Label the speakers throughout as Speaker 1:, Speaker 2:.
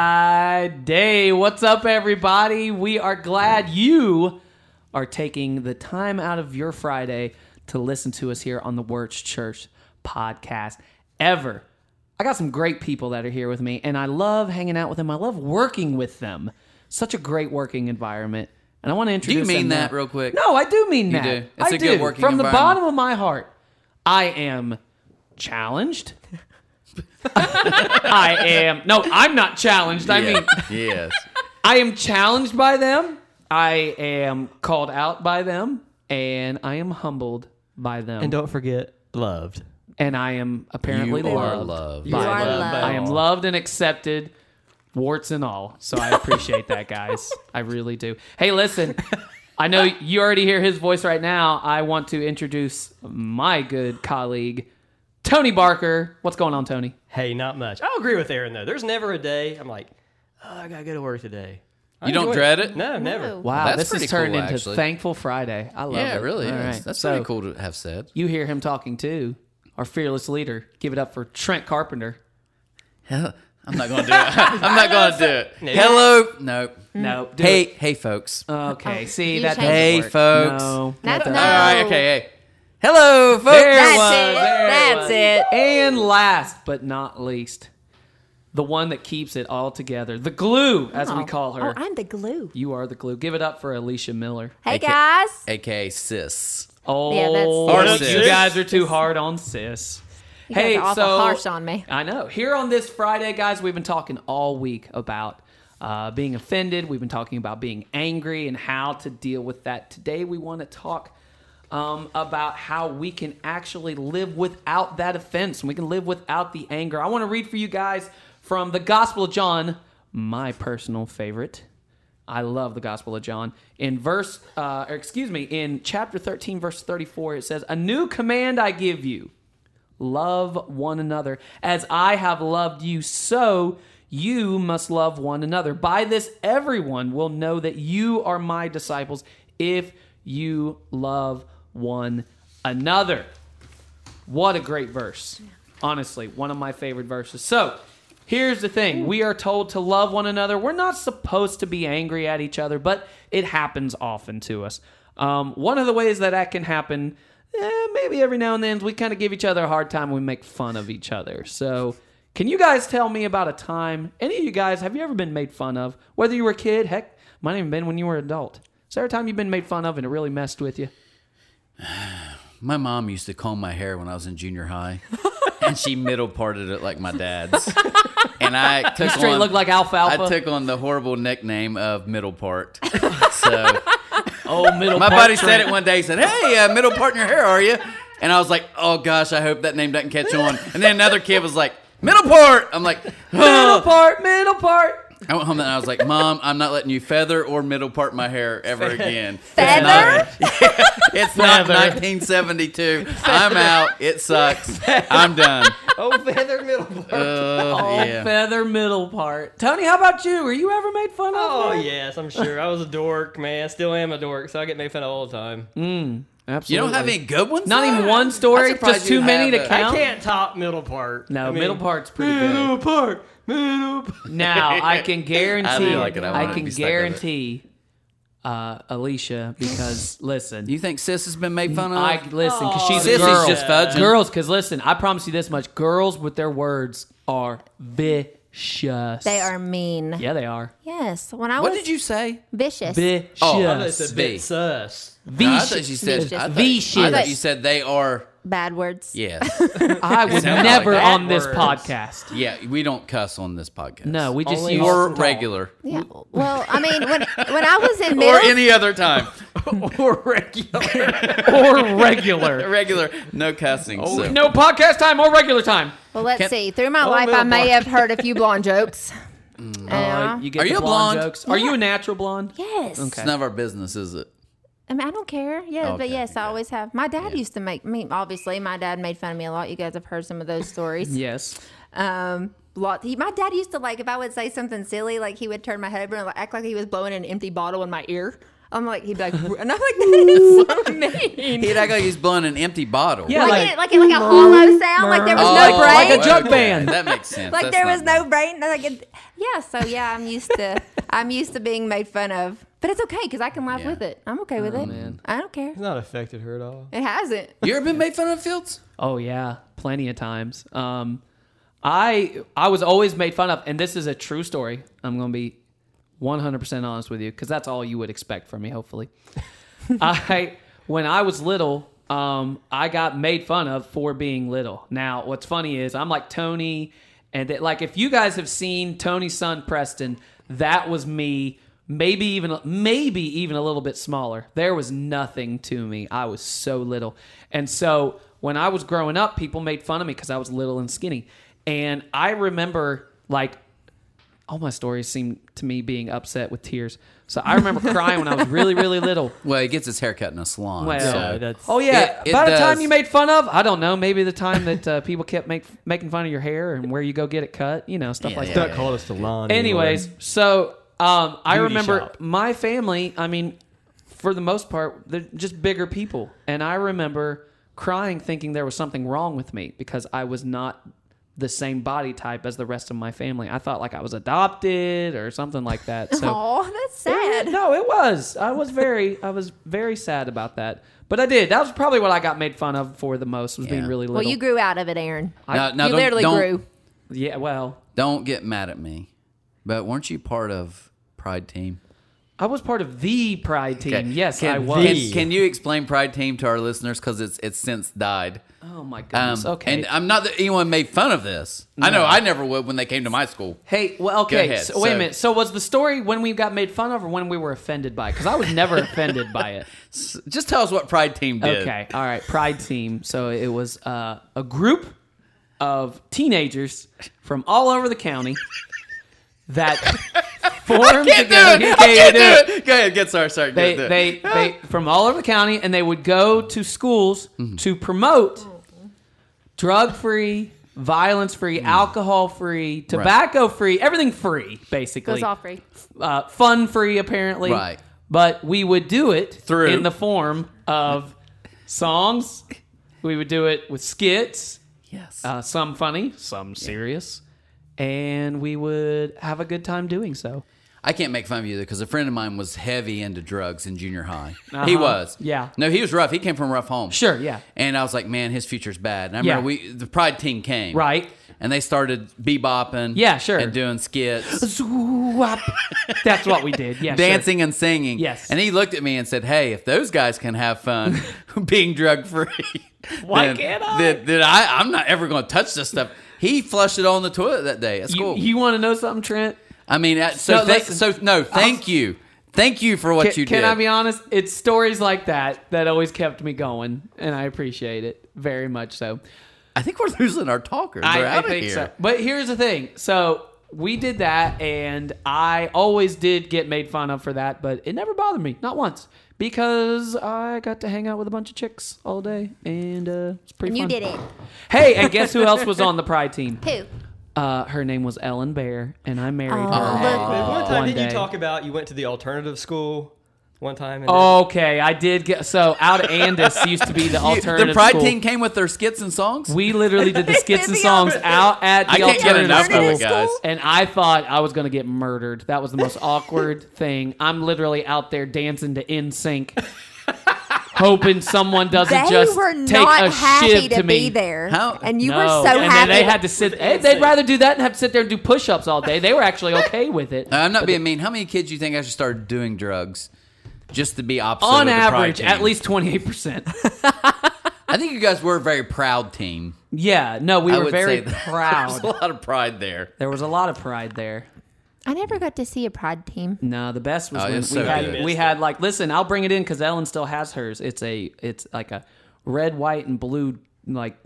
Speaker 1: Friday. What's up, everybody? We are glad you are taking the time out of your Friday to listen to us here on the Words Church podcast ever. I got some great people that are here with me, and I love hanging out with them. I love working with them. Such a great working environment. And I want to
Speaker 2: Do you
Speaker 1: introduce
Speaker 2: mean
Speaker 1: them
Speaker 2: that
Speaker 1: now.
Speaker 2: real quick?
Speaker 1: No, I do mean that.
Speaker 2: do. It's
Speaker 1: I
Speaker 2: a good
Speaker 1: do.
Speaker 2: working
Speaker 1: From the
Speaker 2: environment.
Speaker 1: bottom of my heart, I am challenged. I am no, I'm not challenged. I mean,
Speaker 3: yes.
Speaker 1: I am challenged by them. I am called out by them, and I am humbled by them.
Speaker 4: And
Speaker 1: And,
Speaker 4: don't forget, loved.
Speaker 1: I am apparently
Speaker 3: You are
Speaker 1: loved.
Speaker 3: loved.
Speaker 1: by
Speaker 5: are
Speaker 1: them.
Speaker 5: loved.
Speaker 1: I am loved and accepted, warts and all. So I appreciate that, guys. I really do. Hey, listen, I know you already hear his voice right now. I want to introduce my good colleague, Tony Barker. What's going on, Tony?
Speaker 4: Hey, not much. I'll agree with Aaron though. There's never a day I'm like, oh, I gotta go to work today. I
Speaker 2: You don't
Speaker 4: enjoy
Speaker 2: dread it?
Speaker 4: No, never.
Speaker 1: Wow,
Speaker 3: That's
Speaker 1: this
Speaker 3: pretty
Speaker 1: has turned
Speaker 3: cool,
Speaker 1: into
Speaker 3: actually.
Speaker 1: Thankful Friday. I love it.
Speaker 3: Yeah, it really
Speaker 1: All
Speaker 3: is.
Speaker 1: right.
Speaker 3: That's
Speaker 1: so
Speaker 3: pretty cool to have said.
Speaker 1: You hear him talking too. Our fearless leader. Give it up for Trent Carpenter.
Speaker 3: I'm not gonna do it. I'm not gonna do it. Hello. Nope.
Speaker 1: No. do
Speaker 3: Hey,
Speaker 1: it.
Speaker 3: hey, folks.
Speaker 1: Okay.
Speaker 5: Oh,
Speaker 1: See
Speaker 5: Mm. you
Speaker 1: that. doesn't
Speaker 5: changed
Speaker 3: it. Hey,
Speaker 1: work.
Speaker 3: folks.
Speaker 1: No.
Speaker 5: That's
Speaker 1: That
Speaker 5: not-
Speaker 1: doesn't-
Speaker 3: All right.
Speaker 5: No.
Speaker 3: Okay. Hey. Hello, folks.
Speaker 1: There it
Speaker 5: That's
Speaker 1: was.
Speaker 5: it.
Speaker 1: There
Speaker 5: That's
Speaker 1: was.
Speaker 5: it.
Speaker 1: And last but not least, the one that keeps it all together, the glue, as we
Speaker 5: Oh.
Speaker 1: call her.
Speaker 5: Oh, I'm the glue.
Speaker 1: you are the glue. Give it up for Alicia Miller.
Speaker 5: Hey
Speaker 3: Okay.
Speaker 5: guys.
Speaker 3: AKA sis.
Speaker 1: Oh,
Speaker 5: Yeah, that's-
Speaker 3: Hard
Speaker 1: you
Speaker 3: on sis.
Speaker 1: guys are too hard on sis.
Speaker 5: You guys
Speaker 1: hey,
Speaker 5: are awful
Speaker 1: so
Speaker 5: harsh on me.
Speaker 1: I know. Here on this Friday, guys, we've been talking all week about uh, being offended. We've been talking about being angry and how to deal with that. Today, we want to talk um, about how we can actually live without that offense and we can live without the anger. I want to read for you guys from the Gospel of John, my personal favorite. I love the Gospel of John. In verse, uh, or excuse me, in chapter 13, verse 34, it says, A new command I give you love one another. As I have loved you, so you must love one another. By this, everyone will know that you are my disciples if you love one another. What a great verse. Honestly, one of my favorite verses. So, here's the thing we are told to love one another. We're not supposed to be angry at each other, but it happens often to us. Um, one of the ways that that can happen, eh, maybe every now and then, is we kind of give each other a hard time. We make fun of each other. So, can you guys tell me about a time? Any of you guys, have you ever been made fun of? Whether you were a kid, heck, might even been when you were an adult. Is there a time you've been made fun of and it really messed with you?
Speaker 3: My mom used to comb my hair when I was in junior high, and she middle parted it like my dad's. And I took
Speaker 1: Straight
Speaker 3: on,
Speaker 1: look like alfalfa.
Speaker 3: I took on the horrible nickname of middle part. So
Speaker 1: oh, middle.
Speaker 3: My
Speaker 1: part
Speaker 3: buddy said
Speaker 1: Trent.
Speaker 3: it one day. He said, "Hey, uh, middle part in your hair, are you?" And I was like, "Oh gosh, I hope that name doesn't catch on." And then another kid was like, "Middle part." I'm like,
Speaker 1: Middle
Speaker 3: "Oh."
Speaker 1: part, middle part.
Speaker 3: I went home and I was like, "Mom, I'm not letting you feather or middle part my hair ever again."
Speaker 5: Feather?
Speaker 3: It's not 1972. I'm out. It sucks. I'm done.
Speaker 4: Oh, feather middle. part.
Speaker 1: Uh,
Speaker 3: Oh
Speaker 1: All
Speaker 3: yeah.
Speaker 1: feather middle part. Tony, how about you? Were you ever made fun of?
Speaker 4: Oh
Speaker 1: man?
Speaker 4: yes, I'm sure. I was a dork, man. I still am a dork, so I get made fun of all the time.
Speaker 3: You
Speaker 1: absolutely.
Speaker 3: don't have any good ones?
Speaker 1: Not even
Speaker 3: there?
Speaker 1: one
Speaker 3: I'm
Speaker 1: story?
Speaker 3: surprised
Speaker 1: Just
Speaker 3: you
Speaker 1: too many
Speaker 3: have
Speaker 1: to
Speaker 3: a-
Speaker 1: count?
Speaker 4: I can't top middle part.
Speaker 1: No,
Speaker 4: I mean,
Speaker 1: middle part's pretty good.
Speaker 4: Middle part. Middle part.
Speaker 1: Now I can guarantee.
Speaker 3: I do like it. I wanna
Speaker 1: can
Speaker 3: be stuck with it.
Speaker 1: guarantee, uh, Alicia, because listen,
Speaker 3: You think sis has been made fun of?
Speaker 1: I listen because she's a
Speaker 3: Sissy's
Speaker 1: girl.
Speaker 3: just fudging.
Speaker 1: Girls, because listen, I promise you this much: girls with their words are vicious.
Speaker 5: They are mean.
Speaker 1: Yeah, they
Speaker 3: Oh,
Speaker 1: are
Speaker 5: Yes. When I
Speaker 3: what
Speaker 5: was
Speaker 3: did you say?
Speaker 5: vicious.
Speaker 1: vicious.
Speaker 3: Oh,
Speaker 4: That's a
Speaker 3: Be.
Speaker 4: bit sus.
Speaker 3: No, I thought you said.
Speaker 5: Vicious.
Speaker 3: I thought, I
Speaker 1: Vicious.
Speaker 3: thought you said they are.
Speaker 5: Bad words.
Speaker 3: Yes.
Speaker 1: I was
Speaker 3: Sound like
Speaker 1: never
Speaker 3: bad
Speaker 1: on this
Speaker 4: words.
Speaker 1: podcast.
Speaker 3: Yeah, we don't cuss on this podcast.
Speaker 1: No, we just
Speaker 4: Only
Speaker 1: use
Speaker 3: or regular
Speaker 5: Yeah. Well, I mean, when when I was in middle,
Speaker 3: or any other time.
Speaker 4: or regular.
Speaker 1: or regular.
Speaker 3: regular, no cussing.
Speaker 5: Oh,
Speaker 3: so.
Speaker 1: No podcast time or regular time.
Speaker 5: well, let's
Speaker 3: Can-
Speaker 5: see. Through my
Speaker 1: Oh,
Speaker 5: life,
Speaker 4: middle
Speaker 5: I may
Speaker 4: part.
Speaker 5: have heard a few blonde jokes. Yeah.
Speaker 1: Uh, you get
Speaker 3: Are
Speaker 1: the
Speaker 3: you a
Speaker 1: blonde,
Speaker 3: blonde?
Speaker 1: jokes. Are you a natural blonde?
Speaker 5: yes.
Speaker 1: Okay.
Speaker 3: It's none of our business, is it?
Speaker 5: I mean, I don't care. Yeah, but
Speaker 3: Okay,
Speaker 5: yes, I always have. My dad used to make me. Obviously, my dad made fun of me a lot. You guys have heard some of those stories.
Speaker 1: Yes.
Speaker 5: Um, lot. He, my dad used to like if I would say something silly, like he would turn my head over and like, act like he was blowing an empty bottle in my ear. I'm like, he'd be like, and I'm like, that is so mean.
Speaker 3: He'd act like he's blowing an empty bottle.
Speaker 1: Yeah.
Speaker 5: like,
Speaker 1: like-
Speaker 5: it, like, it, like a hollow sound, like there was
Speaker 1: Oh,
Speaker 5: no
Speaker 1: like
Speaker 5: brain.
Speaker 1: a jug band.
Speaker 3: That makes sense.
Speaker 5: like
Speaker 3: That's
Speaker 5: there
Speaker 3: not
Speaker 5: was
Speaker 3: bad.
Speaker 5: no brain. Like it, yeah, so yeah, I'm used to I'm used to being made fun of, but it's okay because I can laugh
Speaker 3: Yeah. Oh,
Speaker 5: with it. I'm okay with it. I don't care.
Speaker 4: It's not affected her at all.
Speaker 5: It hasn't.
Speaker 3: You ever been made fun of Fields?
Speaker 1: Oh yeah, plenty of times. Um, I I was always made fun of, and this is a true story. I'm gonna be 100% honest with you because that's all you would expect from me. Hopefully, I when I was little, um, I got made fun of for being little. Now, what's funny is I'm like Tony, and that like if you guys have seen Tony's son Preston, that was me. Maybe even maybe even a little bit smaller. There was nothing to me. I was so little, and so when I was growing up, people made fun of me because I was little and skinny. And I remember like all my stories seem to me being upset with tears. So I remember crying when I was really, really little.
Speaker 3: Well, he gets his haircut in a salon.
Speaker 1: Well,
Speaker 3: so-
Speaker 4: that's-
Speaker 1: oh yeah,
Speaker 3: It- it
Speaker 1: by the time
Speaker 3: does.
Speaker 1: you made fun of, I don't know, maybe the time that uh, people kept make, making fun of your hair and where you go get it cut, you know, stuff
Speaker 3: Yeah,
Speaker 1: like
Speaker 3: yeah,
Speaker 1: that.
Speaker 4: Don't call us the lawn.
Speaker 1: Anyways, so um, I
Speaker 4: Beauty
Speaker 1: remember
Speaker 4: shop.
Speaker 1: my family. I mean, for the most part, they're just bigger people, and I remember crying, thinking there was something wrong with me because I was not the same body type as the rest of my family. I thought like I was adopted or something like that. So.
Speaker 5: Oh, that's
Speaker 1: Yeah,
Speaker 5: sad.
Speaker 1: No, it was. I was very, I was very sad about that. But I did. That was probably what I got made fun of for the most was being
Speaker 3: Yeah.
Speaker 1: really little.
Speaker 5: Well, you grew out of it, Aaron.
Speaker 3: Now- now
Speaker 5: you
Speaker 3: don't-
Speaker 5: literally
Speaker 3: don't-
Speaker 5: grew.
Speaker 1: yeah. Well,
Speaker 3: Don't get mad at me, but weren't you part of Pride Team?
Speaker 1: I was part of the Pride team.
Speaker 3: Okay.
Speaker 1: Yes,
Speaker 3: can,
Speaker 1: I was.
Speaker 3: Can, can you explain Pride Team to our listeners because it's it's since died?
Speaker 1: oh my
Speaker 3: Um,
Speaker 1: goodness. okay.
Speaker 3: And I'm not that anyone made fun of this. I know I never would when they came to my school.
Speaker 1: hey. Well, okay.
Speaker 3: ahead.
Speaker 1: So, wait a
Speaker 3: So-
Speaker 1: minute. So was the story when we got made fun of or when we were offended by it? Because I was never offended by it.
Speaker 3: Just tell us what Pride Team did.
Speaker 1: Okay. All right. Pride team. So it was uh, a group of teenagers from all over the county that formed
Speaker 3: Can't do
Speaker 1: together.
Speaker 3: it.
Speaker 1: You
Speaker 3: I
Speaker 1: can't
Speaker 3: can't
Speaker 1: do it.
Speaker 3: do it. Go ahead. Get started. Sorry.
Speaker 1: they,
Speaker 3: do it.
Speaker 1: they, they from all over the county and they would go to schools
Speaker 3: Mm-hmm.
Speaker 1: to promote drug free violence free
Speaker 3: Mm.
Speaker 1: alcohol free tobacco free everything free
Speaker 5: It
Speaker 1: basically
Speaker 5: was all free.
Speaker 1: uh, fun free apparently
Speaker 3: Right.
Speaker 1: but we would do it
Speaker 3: Through.
Speaker 1: in the form of songs we would do it with skits
Speaker 3: yes.
Speaker 1: uh, some funny some serious and we would have a good time doing so
Speaker 3: I can't make fun of you either because a friend of mine was heavy into drugs in junior high. He was.
Speaker 1: Uh-huh. Yeah.
Speaker 3: No, he was rough. He came from a rough home.
Speaker 1: Sure, yeah.
Speaker 3: And I was like, man, his future's bad. And I
Speaker 1: Yeah.
Speaker 3: remember we the Pride team came.
Speaker 1: Right.
Speaker 3: And they started bebopping.
Speaker 1: Yeah, sure.
Speaker 3: And doing skits,
Speaker 1: Zoop. that's what we did yeah sure.
Speaker 3: dancing and singing.
Speaker 1: Yes.
Speaker 3: And he looked at me and said, hey, if those guys can have fun being drug free,
Speaker 1: Why
Speaker 3: then,
Speaker 1: can't I?
Speaker 3: Then, then I, I'm not ever going to touch this stuff. He flushed it all in the toilet that day at
Speaker 1: You-
Speaker 3: school.
Speaker 1: You, want to know something, Trent?
Speaker 3: I mean, uh,
Speaker 1: So
Speaker 3: so no, thank-
Speaker 1: listen-
Speaker 3: so no, thank you, thank you for what
Speaker 1: Can,
Speaker 3: you did.
Speaker 1: can I be honest? It's stories like that that always kept me going, and I appreciate it very much. So
Speaker 3: I think we're losing our talkers. They're
Speaker 1: I, I
Speaker 3: outta
Speaker 1: think
Speaker 3: here.
Speaker 1: so. But here's the thing: so we did that, and I always did get made fun of for that, but it never bothered me, not once, because I got to hang out with a bunch of chicks all day, and uh, it's pretty.
Speaker 5: And you
Speaker 1: fun.
Speaker 5: did it.
Speaker 1: Hey, and guess who else was on the Pride team?
Speaker 5: Who?
Speaker 1: Uh, her name was Ellen Bear, and I married
Speaker 5: Aw.
Speaker 1: her.
Speaker 5: Look,
Speaker 4: one time
Speaker 1: one
Speaker 4: didn't
Speaker 1: day.
Speaker 4: you talk about you went to the alternative school one time?
Speaker 1: Oh,
Speaker 4: And
Speaker 1: Okay, I did get so out of Andis used to be the
Speaker 3: You-
Speaker 1: alternative.
Speaker 3: the Pride
Speaker 1: school.
Speaker 3: team came with their skits and songs.
Speaker 1: We literally did the skits
Speaker 5: did
Speaker 1: and
Speaker 5: the
Speaker 1: songs
Speaker 5: opposite.
Speaker 1: out at the
Speaker 3: I can't get
Speaker 1: alternative
Speaker 3: enough of
Speaker 1: school.
Speaker 3: it, guys.
Speaker 1: And I thought I was going to get murdered. That was the most awkward thing. I'm literally out there dancing to NSYNC, hoping someone doesn't
Speaker 5: They
Speaker 1: just
Speaker 5: were
Speaker 1: take a
Speaker 5: not happy
Speaker 1: shiv
Speaker 5: to,
Speaker 1: to me.
Speaker 5: be there,
Speaker 3: How-
Speaker 5: and you
Speaker 1: No.
Speaker 5: were so
Speaker 1: and then
Speaker 5: happy.
Speaker 1: they had to sit. Hey, they'd rather do that and have to sit there and do push-ups all day. They were actually okay with it.
Speaker 3: I'm not being mean. How many kids do you think actually started doing drugs just to be opposite?
Speaker 1: On
Speaker 3: of the Pride
Speaker 1: average,
Speaker 3: team?
Speaker 1: at least twenty-eight percent.
Speaker 3: I think you guys were a very proud team.
Speaker 1: Yeah, no, we
Speaker 3: I
Speaker 1: were
Speaker 3: would say
Speaker 1: very
Speaker 3: that. There's
Speaker 1: proud.
Speaker 3: a lot of pride there.
Speaker 1: There was a lot of pride there.
Speaker 5: I never got to see a pride team.
Speaker 1: No, the best was
Speaker 3: Oh, it
Speaker 1: when we
Speaker 3: was so
Speaker 1: had
Speaker 3: good.
Speaker 1: we had like listen, I'll bring it in because Ellen still has hers. It's a it's like a red, white, and blue like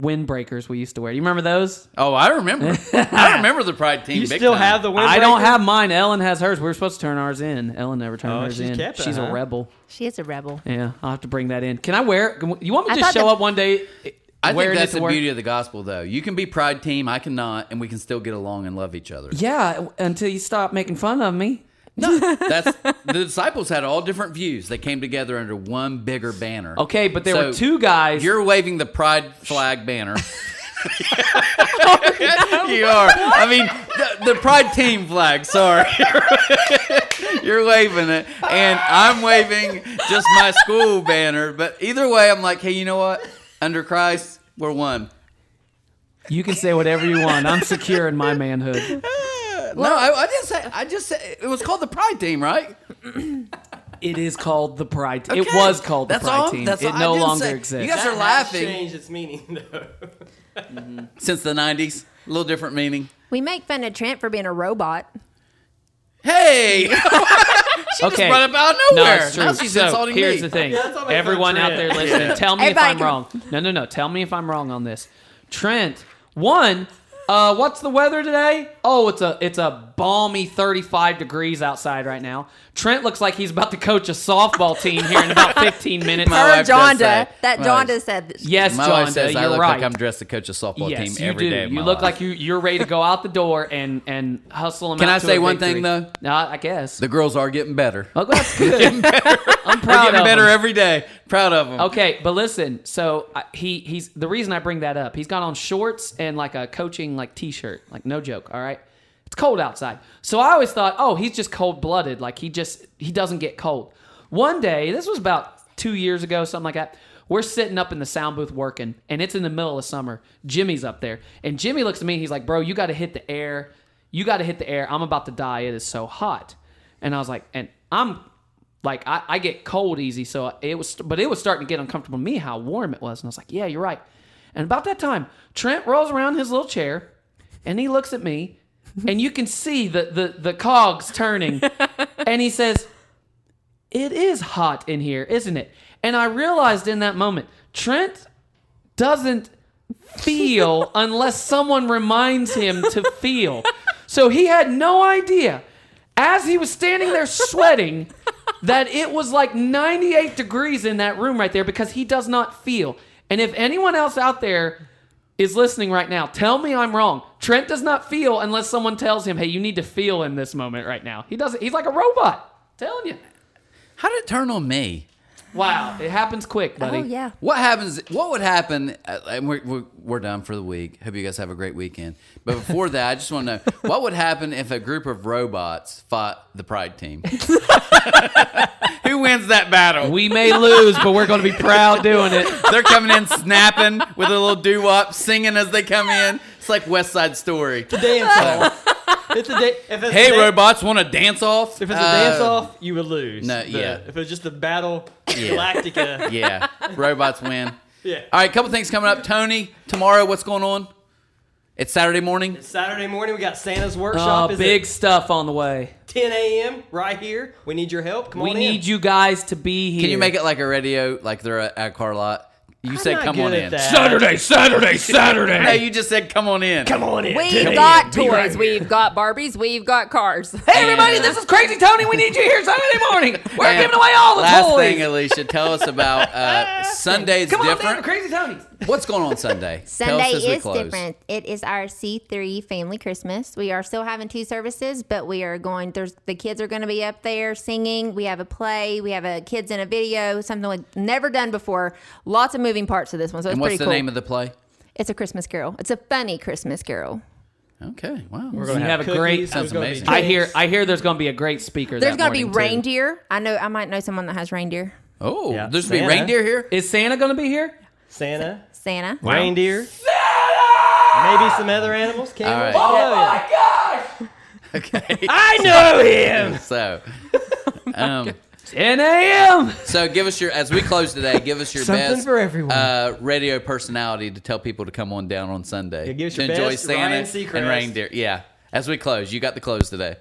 Speaker 1: windbreakers we used to wear. You remember those?
Speaker 3: Oh, I remember. I remember the pride team.
Speaker 4: you
Speaker 3: big
Speaker 4: still
Speaker 3: time.
Speaker 4: have the windbreaker?
Speaker 1: I don't have mine. Ellen has hers. We were supposed to turn ours in. Ellen never turned
Speaker 4: Oh,
Speaker 1: hers
Speaker 4: she's
Speaker 1: in.
Speaker 4: kept it,
Speaker 1: she's a
Speaker 4: huh?
Speaker 1: rebel.
Speaker 5: She is a rebel.
Speaker 1: Yeah, I'll have to bring that in. Can I wear? it? You want me
Speaker 5: I
Speaker 1: to just
Speaker 5: thought
Speaker 1: show
Speaker 5: that-
Speaker 1: up one day? eh,
Speaker 3: I think
Speaker 1: wearing
Speaker 3: that's
Speaker 1: it to
Speaker 3: the
Speaker 1: work?
Speaker 3: beauty of the gospel, though. You can be pride team. I cannot, and we can still get along and love each other.
Speaker 1: Yeah, until you stop making fun of me.
Speaker 3: No, that's the disciples had all different views. They came together under one bigger banner.
Speaker 1: Okay, but there were
Speaker 3: So,
Speaker 1: two guys.
Speaker 3: You're waving the pride flag banner. you are. I mean, the, the pride team flag. Sorry, you're waving it, and I'm waving just my school banner. But either way, I'm like, hey, you know what? Under Christ, we're one.
Speaker 1: You can say whatever you want. I'm secure in my manhood.
Speaker 3: no, I, I didn't say. I just said it was called the pride team, right?
Speaker 1: It is called the Pride. Team. It
Speaker 3: Okay.
Speaker 1: was called
Speaker 3: That's
Speaker 1: the Pride
Speaker 3: all-
Speaker 1: Team.
Speaker 3: that's
Speaker 1: it
Speaker 3: all- I
Speaker 1: no
Speaker 3: didn't
Speaker 1: longer
Speaker 3: say- you
Speaker 1: exists.
Speaker 3: guys are
Speaker 4: That has
Speaker 3: laughing.
Speaker 4: Changed its meaning though.
Speaker 3: Since the '90s, a little different meaning.
Speaker 5: We make fun of Trent for being a robot.
Speaker 3: Hey,
Speaker 1: okay.
Speaker 3: right about
Speaker 1: No,
Speaker 3: nowhere.
Speaker 1: it's true.
Speaker 3: Now she's
Speaker 1: so
Speaker 3: insulting
Speaker 1: here's
Speaker 3: me.
Speaker 1: the thing.
Speaker 4: Yeah, that's all my
Speaker 1: Everyone
Speaker 4: friend
Speaker 1: out there
Speaker 4: Trent.
Speaker 1: listening, tell me
Speaker 5: Everybody
Speaker 1: if I'm
Speaker 5: can-
Speaker 1: wrong. No, no, no. Tell me if I'm wrong on this. Trent, one, uh, what's the weather today? Oh, it's a it's a balmy 35 degrees outside right now. Trent looks like he's about to coach a softball team here in about 15 minutes.
Speaker 3: My
Speaker 5: Or
Speaker 3: wife does
Speaker 5: Jonda.
Speaker 3: say-
Speaker 5: That
Speaker 3: my wife-
Speaker 5: Jonda said. That
Speaker 1: yes,
Speaker 3: My
Speaker 1: John, uh,
Speaker 3: wife says
Speaker 1: you're
Speaker 3: I look
Speaker 1: right.
Speaker 3: like I'm dressed to coach a softball
Speaker 1: yes,
Speaker 3: team
Speaker 1: you do.
Speaker 3: every day. of
Speaker 1: you
Speaker 3: my
Speaker 1: look
Speaker 3: life.
Speaker 1: like you you're ready to go out the door and and hustle them.
Speaker 3: Can
Speaker 1: out
Speaker 3: I
Speaker 1: to
Speaker 3: say
Speaker 1: a
Speaker 3: one
Speaker 1: victory.
Speaker 3: thing, though?
Speaker 1: No, I I guess.
Speaker 3: the girls are getting better.
Speaker 1: Oh, that's good. I'm proud
Speaker 3: They're getting
Speaker 1: of
Speaker 3: better
Speaker 1: him.
Speaker 3: every day. Proud of them.
Speaker 1: Okay, but listen. So I, he he's the reason I bring that up. He's got on shorts and like a coaching like t-shirt. Like no joke. All right, it's cold outside. So I always thought, oh, he's just cold blooded. Like he just he doesn't get cold. One day, this was about two years ago, something like that. We're sitting up in the sound booth working, and it's in the middle of summer. Jimmy's up there, and Jimmy looks at me. and He's like, "Bro, you got to hit the air. You got to hit the air. I'm about to die. It is so hot." And I was like, "And I'm like I, I get cold easy, so it was, but it was starting to get uncomfortable to me how warm it was, and I was like, yeah, you're right. And about that time, Trent rolls around his little chair, and he looks at me, and you can see the the the cogs turning, and he says, "It is hot in here, isn't it?" And I realized in that moment, Trent doesn't feel unless someone reminds him to feel. So he had no idea as he was standing there sweating that it was like 98 degrees in that room right there because he does not feel. And if anyone else out there is listening right now, tell me I'm wrong. Trent does not feel unless someone tells him, "Hey, you need to feel in this moment right now." He doesn't. He's like a robot. Telling you.
Speaker 3: How did it turn on me?
Speaker 1: Wow, it happens quick, buddy.
Speaker 5: Oh yeah.
Speaker 3: What happens? What would happen? uh, And we're, we're, we're done for the week. Hope you guys have a great weekend. But before that, I just want to know what would happen if a group of robots fought the Pride team? Who wins that battle?
Speaker 1: We may lose, but we're going to be proud doing it.
Speaker 3: They're coming in snapping with a little doo wop, singing as they come in. It's like West Side Story.
Speaker 4: Dance off. It's a da- if it's
Speaker 3: Hey,
Speaker 4: a da-
Speaker 3: robots, want to dance off?
Speaker 4: If it's a
Speaker 3: Uh,
Speaker 4: dance off, you would lose.
Speaker 3: no,
Speaker 4: The-
Speaker 3: yeah.
Speaker 4: If it's just a battle,
Speaker 3: Yeah.
Speaker 4: Galactica.
Speaker 3: Yeah, robots win.
Speaker 4: Yeah.
Speaker 3: All right, couple things coming up. Tony, tomorrow, what's going on? It's Saturday morning.
Speaker 4: Saturday morning, we got Santa's
Speaker 1: Uh,
Speaker 4: workshop. is
Speaker 1: big
Speaker 4: at
Speaker 1: stuff on the way.
Speaker 4: 10 a.m. right here. We need your help. Come
Speaker 1: We
Speaker 4: on in.
Speaker 1: need you guys to be here.
Speaker 3: Can you make it like a radio, like they're at, at car lot? You said
Speaker 4: not
Speaker 3: come
Speaker 4: good
Speaker 3: on
Speaker 4: at
Speaker 3: in.
Speaker 4: that.
Speaker 2: Saturday, Saturday, Saturday.
Speaker 3: No, you just said come on in.
Speaker 4: Come on in.
Speaker 5: We've
Speaker 4: 10 a.m.
Speaker 5: got
Speaker 2: be
Speaker 5: toys.
Speaker 2: right here.
Speaker 5: we've got Barbies. We've got cars.
Speaker 1: Hey, everybody, this is Crazy Tony. We need you here Saturday morning. We're
Speaker 3: And
Speaker 1: giving away all the
Speaker 3: last
Speaker 1: toys.
Speaker 3: thing, Alicia, tell us about uh, Sunday's
Speaker 1: Come on down to
Speaker 3: different.
Speaker 1: Crazy Tony's.
Speaker 3: What's going on Sunday? Tell us
Speaker 5: Sunday
Speaker 3: as we
Speaker 5: is
Speaker 3: close.
Speaker 5: different. It is our C3 family Christmas. We are still having two services, but we are going. There's the kids are going to be up there singing. We have a play. We have a kids in a video. Something like never done before. Lots of moving parts to this one, so it's
Speaker 3: And what's
Speaker 5: pretty
Speaker 3: the
Speaker 5: cool.
Speaker 3: name of the play?
Speaker 5: it's a Christmas Carol. It's a funny Christmas Carol.
Speaker 3: Okay, wow.
Speaker 4: We're gonna
Speaker 1: You have a great-
Speaker 4: cookies.
Speaker 1: Sounds
Speaker 4: There's gonna be
Speaker 3: amazing.
Speaker 1: I
Speaker 4: cakes.
Speaker 1: hear, I hear there's going to be a great speaker.
Speaker 5: There's
Speaker 1: going to
Speaker 5: be reindeer. I know. I might know someone that has reindeer.
Speaker 3: oh,
Speaker 4: Yeah.
Speaker 3: there's going to
Speaker 4: Santa.
Speaker 3: be reindeer here?
Speaker 1: Is Santa going to be here?
Speaker 4: Santa,
Speaker 5: Santa.
Speaker 4: reindeer, maybe some other animals. Camels.
Speaker 3: right.
Speaker 4: I know ya.
Speaker 3: Okay.
Speaker 4: I know him.
Speaker 3: so, um,
Speaker 1: 10 a.m.
Speaker 3: so give us your, as we close today, give us your
Speaker 4: Something
Speaker 3: best
Speaker 4: for everyone.
Speaker 3: Uh, radio personality to tell people to come on down on Sunday.
Speaker 4: Yeah, give us
Speaker 3: to
Speaker 4: your
Speaker 3: enjoy
Speaker 4: best
Speaker 3: Santa
Speaker 4: Ryan Seacrest.
Speaker 3: and reindeer. Yeah. As we close, you got the close today.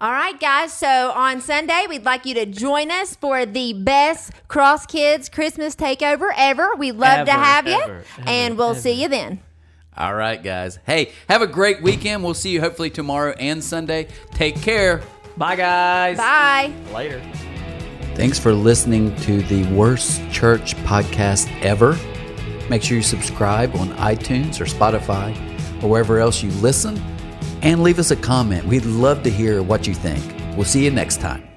Speaker 5: All right, guys. So on Sunday, we'd like you to join us for the best Cross Kids Christmas takeover ever. We'd love
Speaker 1: Ever,
Speaker 5: to have you,
Speaker 4: ever,
Speaker 5: and we'll see you then.
Speaker 3: All right, guys. Hey, have a great weekend. We'll see you hopefully tomorrow and Sunday. Take care.
Speaker 1: Bye, guys.
Speaker 5: Bye.
Speaker 4: Later.
Speaker 3: Thanks for listening to the Worst Church podcast ever. Make sure you subscribe on iTunes or Spotify or wherever else you listen and leave us a comment. We'd love to hear what you think. We'll see you next time.